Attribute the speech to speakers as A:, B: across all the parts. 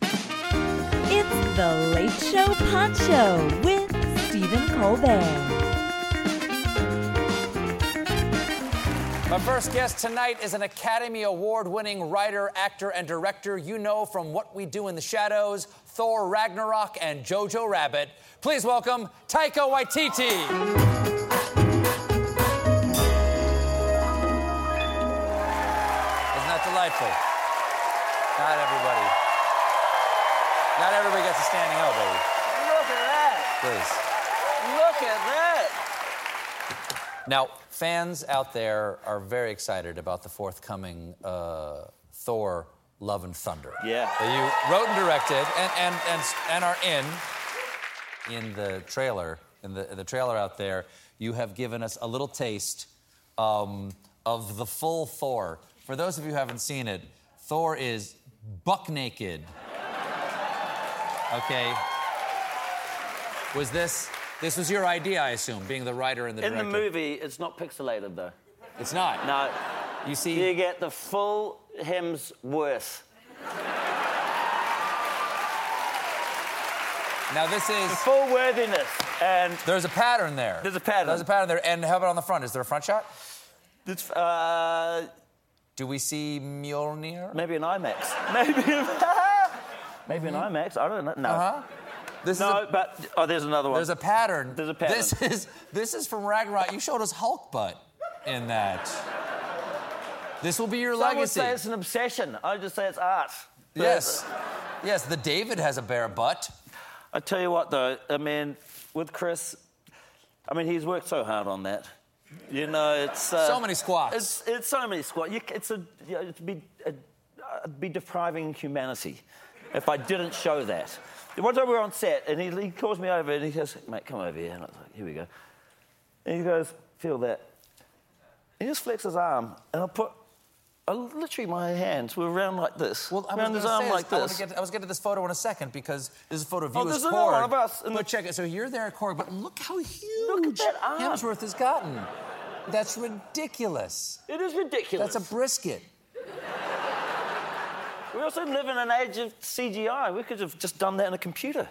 A: It's the Late Show Poncho with Stephen Colbert.
B: My first guest tonight is an Academy Award winning writer, actor, and director you know from What We Do in the Shadows, Thor Ragnarok, and Jojo Rabbit. Please welcome Taika Waititi. Isn't that delightful? Not everybody. Not everybody gets a standing ovation.
C: Look at that.
B: Please.
C: Look at that.
B: Now, fans out there are very excited about the forthcoming uh, Thor: Love and Thunder.
C: Yeah.
B: That you wrote and directed, and and and, and are in in the trailer. In the, in the trailer out there, you have given us a little taste um, of the full Thor. For those of you who haven't seen it, Thor is buck naked. Okay. Was this this was your idea, I assume, being the writer and the
C: In the
B: director?
C: movie, it's not pixelated though.
B: It's not.
C: No,
B: You
C: you
B: see,
C: get the full him's worth.
B: now this is.
C: Full worthiness. And
B: There's a pattern there.
C: There's a pattern.
B: There's a pattern there. And how about on the front? Is there a front shot?
C: it's, uh,
B: Do we see Mjolnir?
C: maybe an IMAX. Maybe, maybe an IMAX. I don't know. No.
B: Huh? This
C: No,
B: is. Uh-huh. A,
C: but oh, there's another one.
B: there's a pattern.
C: There's a pattern.
B: This is this is from Ragnarok. You showed us Hulk butt in that. This will be your
C: Some would
B: legacy.
C: say it's an obsession. I just say it's art. But
B: yes. Yes, the David has a bare butt.
C: I tell you what, though, I mean, with Chris, I mean, he's worked so hard on that. You know, it's uh,
B: So many squats.
C: It's, it's so many squats. You, c- it's a, you know, it'd be, a, I'd be depriving humanity if I didn't show that. One time we were on set, and he, he calls me over, and he goes, "Mate, come over here." And I was like, "Here we go." And he goes, "Feel that." He just flexed his arm, and I put. I literally, my hands were around like this.
B: Well, I was
C: around
B: gonna
C: his arm
B: say
C: um, like
B: I wanna
C: this.
B: Get, I was going to this photo in a second because this is a photo of you
C: Oh,
B: as
C: there's another one
B: Korg.
C: of us in
B: But
C: the-
B: check it. So you're there at Korg, but look how huge
C: Look at that arm.
B: Hemsworth has gotten. That's ridiculous.
C: It is ridiculous.
B: That's a brisket.
C: We also live in an age of CGI. We could have just done that in a computer.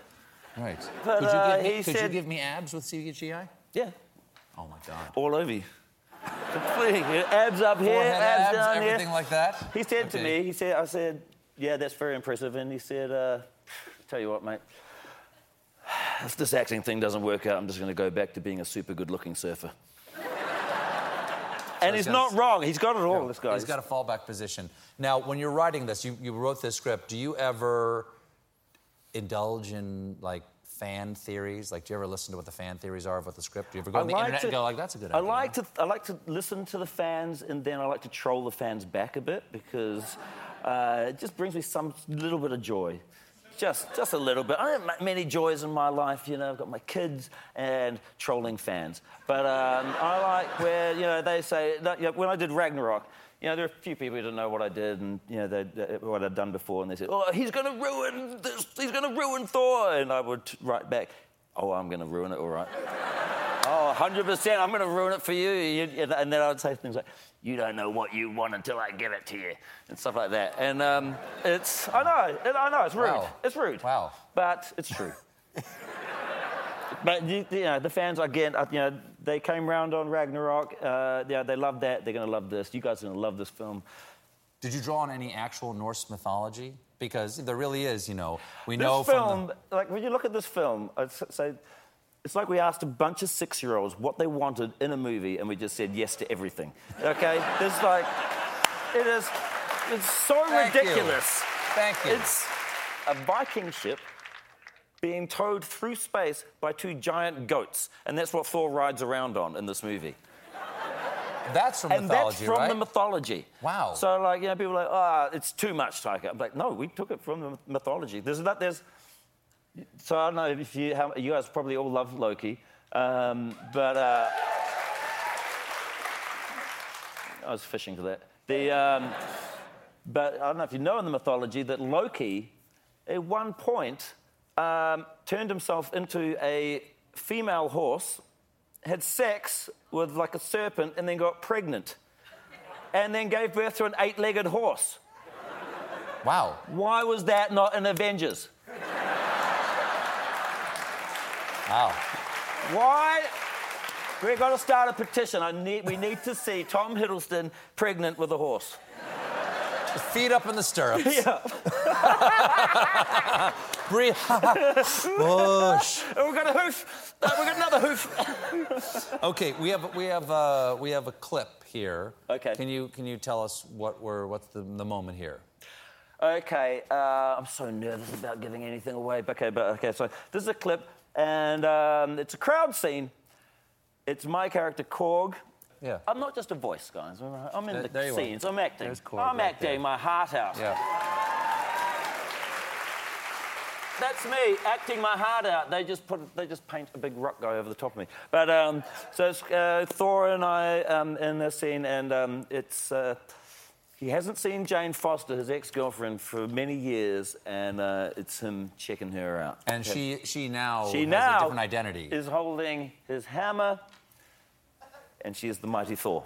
B: Right.
C: But,
B: could you,
C: uh,
B: give me,
C: he
B: could you
C: said-
B: give me abs with CGI?
C: Yeah.
B: Oh my God.
C: All over you. Completely. Your abs up here,
B: Forehead abs,
C: abs, down here.
B: everything like that.
C: He said to
B: Okay.
C: me, he said, I said, yeah, that's very impressive. And he said, uh, tell you what, mate, if this acting thing doesn't work out, I'm just going to go back to being a super good looking surfer. and
B: he's
C: he's
B: gonna
C: not
B: s-
C: wrong. He's got it all, this guy.
B: He's got a fallback position. Now, when you're writing this, you, you wrote this script. Do you ever indulge in like fan theories? Like, do you ever listen to what the fan theories are of what the script? Do you ever go on the internet and go like, "That's a good
C: I
B: idea"?
C: like to I like to listen to the fans and then I like to troll the fans back a bit because uh, it just brings me some little bit of joy. Just just a little bit. I don't have many joys in my life, you know. I've got my kids and trolling fans. But um, I like where you know they say that, you know, when I did Ragnarok. You know, there are a few people who didn't know what I did and you know they, they- what I'd done before, and they said, "Oh, he's going to ruin this. He's going to ruin Thor," and I would write back, "Oh, I'm going to ruin it, all right." Oh, 100%. I'm going to ruin it for you. You- And then I would say things like, you don't know what you want until I give it to you, and stuff like that. And um, it's, I know, it- I know, it's rude.
B: Wow.
C: It's rude.
B: Wow.
C: But it's true. but, you, you know, the fans, again, uh, you know, they came round on Ragnarok. Uh, yeah, they loved that. They're going to love this. You guys are going to love this film.
B: Did you draw on any actual Norse mythology because there really is, you know, we
C: This
B: know from
C: film,
B: the,
C: like when you look at this film, I'd s- say it's like we asked a bunch of six-year-olds what they wanted in a movie, and we just said yes to everything. Okay, there's like, it is, it's so
B: Thank you.
C: ridiculous.
B: Thank you.
C: It's a Viking ship being towed through space by two giant goats, and that's what Thor rides around on in this movie.
B: that's from
C: And
B: mythology,
C: that's from
B: right?
C: the mythology.
B: Wow.
C: So, like, you know, people are like, ah, it's too much, Taika. I'm like, no, we took it from the mythology. There's that, there's. So, I don't know if you, how, you guys probably all love Loki, um, but. Uh, I was fishing for that. The, um, but I don't know if you know in the mythology that Loki, at one point, um, turned himself into a female horse, had sex with like a serpent, and then got pregnant, and then gave birth to an eight-legged horse.
B: wow.
C: Why was that not in Avengers?
B: Wow.
C: Why? We've got to start a petition. I need, we need to see Tom Hiddleston pregnant with a horse.
B: Feet up in the stirrups.
C: Yeah.
B: Breathe. Whoosh.
C: Oh, we've got a hoof. Oh, we've got another hoof.
B: Okay, we have we have uh, we have a clip here.
C: Okay.
B: Can you can you tell us what we're what's the, the moment here?
C: Okay, uh, I'm so nervous about giving anything away. but- Okay, but okay, so this is a clip, and um, it's a crowd scene. It's my character Korg.
B: Yeah.
C: I'm not just a voice, guys. all right? I'm in
B: There-
C: the
B: there you are.
C: scenes. I'm acting.
B: There's Korg
C: I'm
B: right
C: acting
B: there.
C: my heart out.
B: Yeah.
C: That's me acting my heart out. They just put they just paint a big rock guy over the top of me. But um, so it's, uh, Thor and I um, in this scene, and um, it's. Uh, he hasn't seen Jane Foster, his ex-girlfriend, for many years, and uh, it's him checking her out.
B: And she she now
C: She
B: has
C: now
B: a different identity.
C: is holding his hammer, and she is the mighty Thor.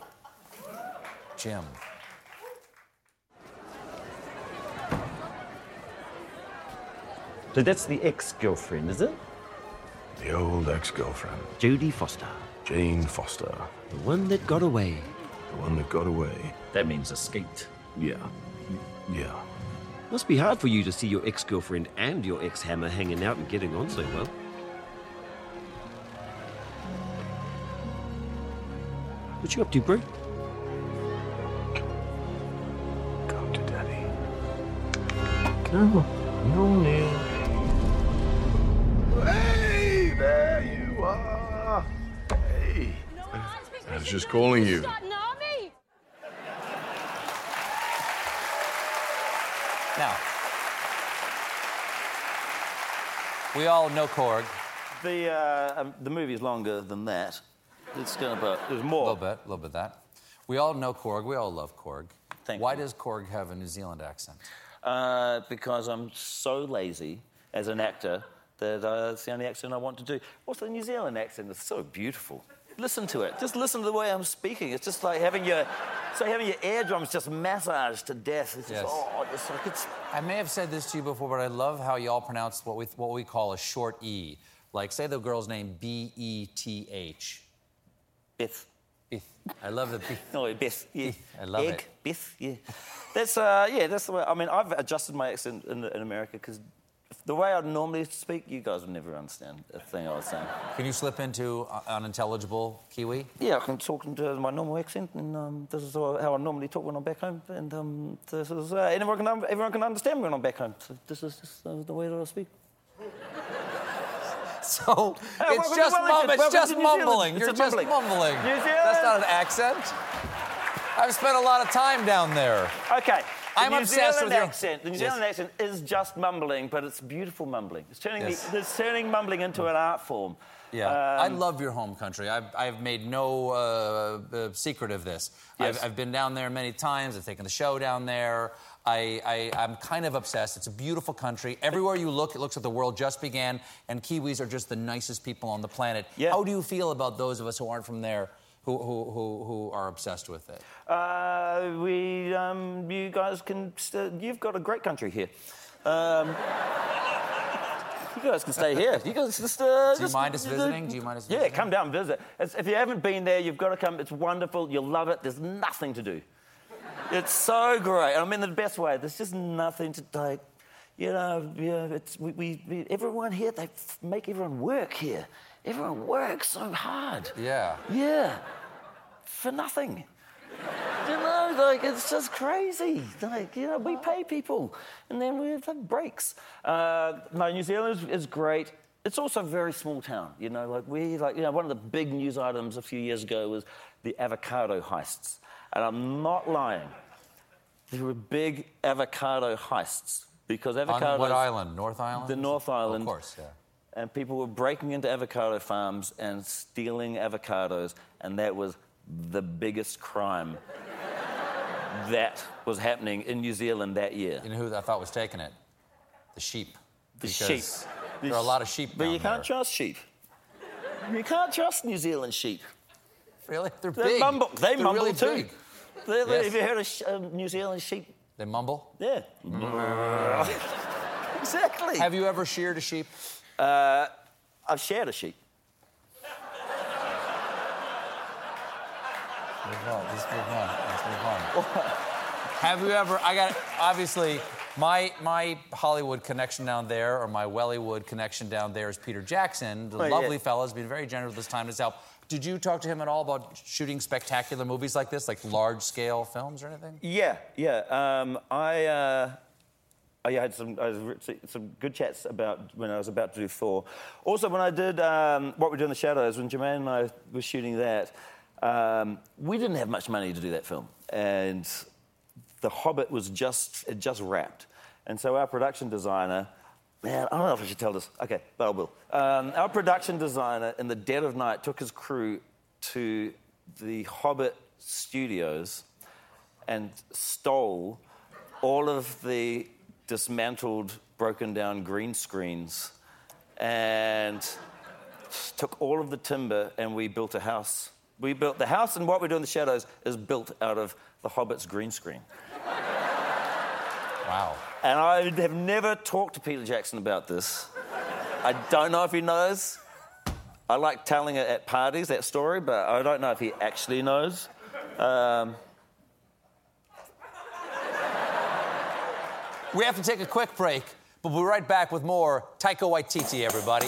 B: Jim.
C: So that's the ex-girlfriend, is it?
D: The old ex girlfriend,
C: Jodie Foster,
D: Jane Foster,
C: the one that got away.
D: the one that got away.
E: That means escaped.
D: Yeah. Yeah.
E: Must be hard for you to see your ex girlfriend and your ex hammer hanging out and getting on so well. What you up to, bro?
D: Come to daddy. No. No, Neil. Hey, there you are. Hey. I was just calling you.
B: Now. We all know Korg
C: The uh, um, the movie's longer than that. It's gonna be there's
B: a
C: more.
B: little bit, a little bit of that. We all know Korg. We all love Korg.
C: Thank
B: Why
C: you.
B: does Korg have a New Zealand accent?
C: Uh, because I'm so lazy as an actor that uh, it's the only accent I want to do. Also, the New Zealand accent is so beautiful. Listen to it. Just listen to the way I'm speaking. It's just like having your, so having your eardrums just massaged to death. It's just,
B: Yes.
C: oh, it's like it's.
B: I may have said this to you before, but I love how y'all pronounce what we what we call a short e. Like say the girl's name B E T H.
C: Beth.
B: I love the B.
C: No, Beth. Yeah.
B: I love
C: Egg,
B: it.
C: Beth. Yeah. That's uh, yeah. That's the way. I mean, I've adjusted my accent in, in America because the way I normally speak, you guys would never understand a thing I was saying.
B: Can you slip into uh, unintelligible Kiwi?
C: Yeah, I can talk into my normal accent, and um, this is how how I normally talk when I'm back home. And um, this is uh, and everyone can everyone can understand me when I'm back home. So this is just uh, the way that I speak.
B: So
C: Hey,
B: it's
C: welcome to
B: just, mum-
C: Wellington.
B: it's
C: Welcome
B: just
C: to New Zealand.
B: mumbling.
C: It's
B: You're
C: a
B: just
C: mumbling.
B: mumbling.
C: New
B: That's
C: Zealand.
B: not an accent. I've spent a lot of time down there.
C: Okay. The
B: I'm
C: New
B: obsessed
C: Zealand
B: with your-
C: accent. The New
B: Yes.
C: Zealand accent is just mumbling, but it's beautiful mumbling. It's turning
B: Yes.
C: the, it's turning mumbling into an art form.
B: Yeah,
C: Um,
B: I love your home country. I've, I've made no uh, uh, secret of this.
C: Yes.
B: I've, I've been down there many times. I've taken the show down there. I, I, I'm kind of obsessed. It's a beautiful country. Everywhere you look, it looks like the world just began, and Kiwis are just the nicest people on the planet.
C: Yeah.
B: How do you feel about those of us who aren't from there who, who, who, who are obsessed with it?
C: Uh, we, um, you guys can. St- you've got a great country here. Um, you guys can stay here. You guys just. Uh,
B: Do you
C: just-
B: mind us visiting? Do you mind us
C: Yeah,
B: visiting?
C: come down and visit. It's, if you haven't been there, you've got to come. It's wonderful. You'll love it. There's nothing to do. It's so great. I mean, the best way. There's just nothing to like. you know, you know, it's, we, we, we, everyone here, they f- make everyone work here. Everyone works so hard.
B: Yeah.
C: Yeah. For nothing. you know, like, it's just crazy. Like, you know, we pay people and then we have breaks. Uh, no, New Zealand is, is great. It's also a very small town, you know, like we, like, you know, one of the big news items a few years ago was the avocado heists. And I'm not lying. There were big avocado heists because
B: On
C: avocados.
B: what island? North Island?
C: The North Island.
B: Of course, yeah.
C: And people were breaking into avocado farms and stealing avocados, and that was the biggest crime that was happening in New Zealand that year.
B: You know who I thought was taking it? The sheep.
C: The
B: Because
C: sheep.
B: There are a lot of sheep.
C: But
B: down
C: you can't
B: there.
C: trust sheep. You can't trust New Zealand sheep.
B: Really? They're
C: They
B: big.
C: mumble. They
B: They're
C: mumble
B: really
C: too.
B: big.
C: They- they-
B: Yes.
C: Have you heard of sh- um, New Zealand sheep?
B: They mumble.
C: Yeah. exactly.
B: Mm. Have you ever sheared a sheep?
C: I've shared a sheep.
B: Move on. Just move on. Let's move on. Have you ever? I got obviously my my Hollywood connection down there, or my Wellywood connection down there, is Peter Jackson, the
C: Oh, yeah.
B: lovely fellow. Has been very generous this time to help. Did you talk to him at all about shooting spectacular movies like this, like large scale films or anything?
C: Yeah, yeah. Um, I, uh, I had some, I was, some good chats about when I was about to do Thor. Also, when I did um, What We Do in the Shadows, when Jermaine and I were shooting that, um, we didn't have much money to do that film, and The Hobbit was just it just wrapped, and so our production designer. Man, I don't know if I should tell this. Okay, but I will. Um, our production designer, in the dead of night, took his crew to the Hobbit studios and stole all of the dismantled, broken down green screens and took all of the timber and we built a house. We built the house, and what we do in the shadows is built out of the Hobbit's green screen.
B: Wow.
C: And I have never talked to Peter Jackson about this. I don't know if he knows. I like telling it at parties, that story, but I don't know if he actually knows. Um,
B: We have to take a quick break, but we'll be right back with more Taiko Waititi, everybody.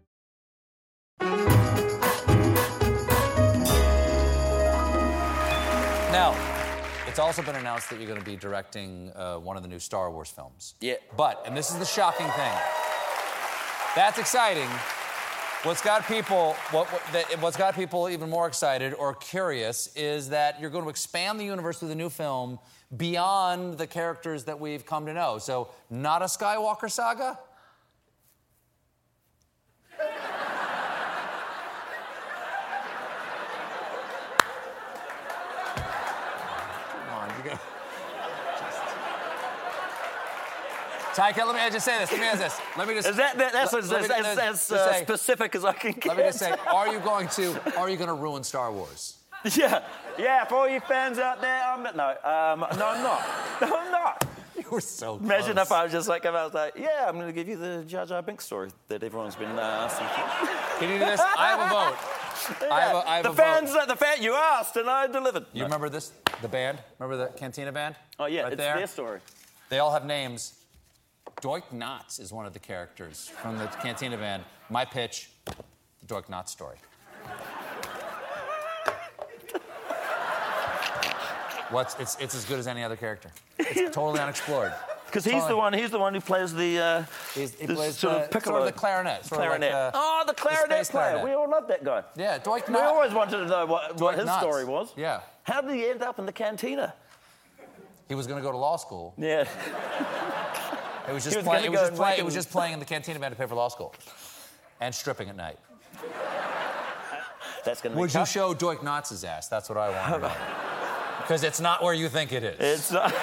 B: Now, it's also been announced that you're going to be directing uh, one of the new Star Wars films.
C: Yeah.
B: But, and this is the shocking thing. That's exciting. What's got people, what, what, that, what's got people even more excited or curious is that you're going to expand the universe with a new film beyond the characters that we've come to know. So, not a Skywalker saga. Taika, let me just say this. Let me ask this. Let me just.
C: Is that, that that's
B: let-
C: as,
B: let me-
C: as-
B: let-
C: as-
B: just
C: as, uh,
B: say-
C: specific as I can get?
B: Let me just say, are you going to are you going to ruin Star Wars?
C: yeah, yeah. For all you fans out there, I'm no, um, no, I'm not. No, I'm not.
B: You were so close.
C: Imagine if I was just like, if I was like, yeah, I'm going to give you the Jar Jar Binks story that everyone's been uh, asking for.
B: Can you do this? I have a vote. I have a, I have
C: the
B: a
C: fans,
B: vote.
C: uh, the fan, you asked and I delivered.
B: You remember this? The band? Remember the Cantina band?
C: Oh yeah,
B: right
C: it's
B: there.
C: their story.
B: They all have names. Doik Knotts is one of the characters from the Cantina band. My pitch: the Doik Knotts story. What's it's it's as good as any other character. It's totally unexplored.
C: Because he's the one. He's the one who plays the. Uh,
B: He's, he
C: the
B: plays
C: sort
B: the,
C: of piccolo.
B: sort of the clarinet. Sort
C: clarinet.
B: Of like, uh,
C: oh, the clarinet
B: space
C: player.
B: clarinet.
C: We all love that guy.
B: yeah, Dwight
C: We
B: Knott.
C: always wanted to know what, what
B: Dwight
C: his
B: Knott.
C: story was.
B: Yeah.
C: How did he end up in the cantina?
B: He was going to go to law school.
C: Yeah.
B: It was just
C: He was
B: playing.
C: gonna
B: It was
C: go
B: just,
C: and
B: play,
C: make
B: it was
C: him-
B: just playing in the canteen man to pay for law school, and stripping at night.
C: That's going to be
B: Would you
C: tough.
B: show Doik Knotz's ass? That's what I want. to know. Because it's not where you think it is.
C: It's not.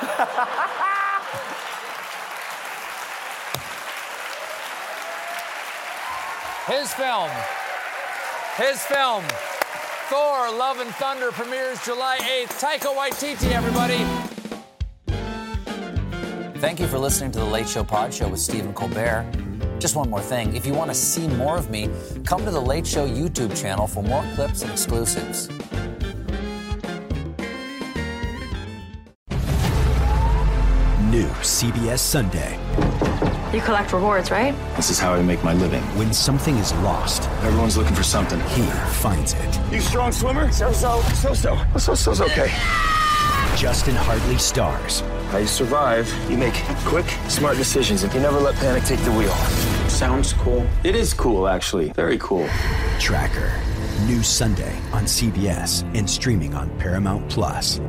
B: His film. His film. Thor: Love and Thunder premieres July 8th. Taika Waititi, everybody. Thank you for listening to the Late Show Pod Show with Stephen Colbert. Just one more thing. If you want to see more of me, come to the Late Show YouTube channel for more clips and exclusives.
F: New CBS Sunday.
G: You collect rewards, right?
H: This is how I make my living.
F: When something is lost,
H: Everyone's looking for something.
F: he finds it.
H: You strong swimmer? So so. So so. So so's okay.
F: Justin Hartley stars.
H: How you survive, you make quick, smart decisions, and you never let panic take the wheel. Sounds cool. It is cool, actually. Very cool.
F: Tracker. New Sunday on CBS and streaming on Paramount Plus.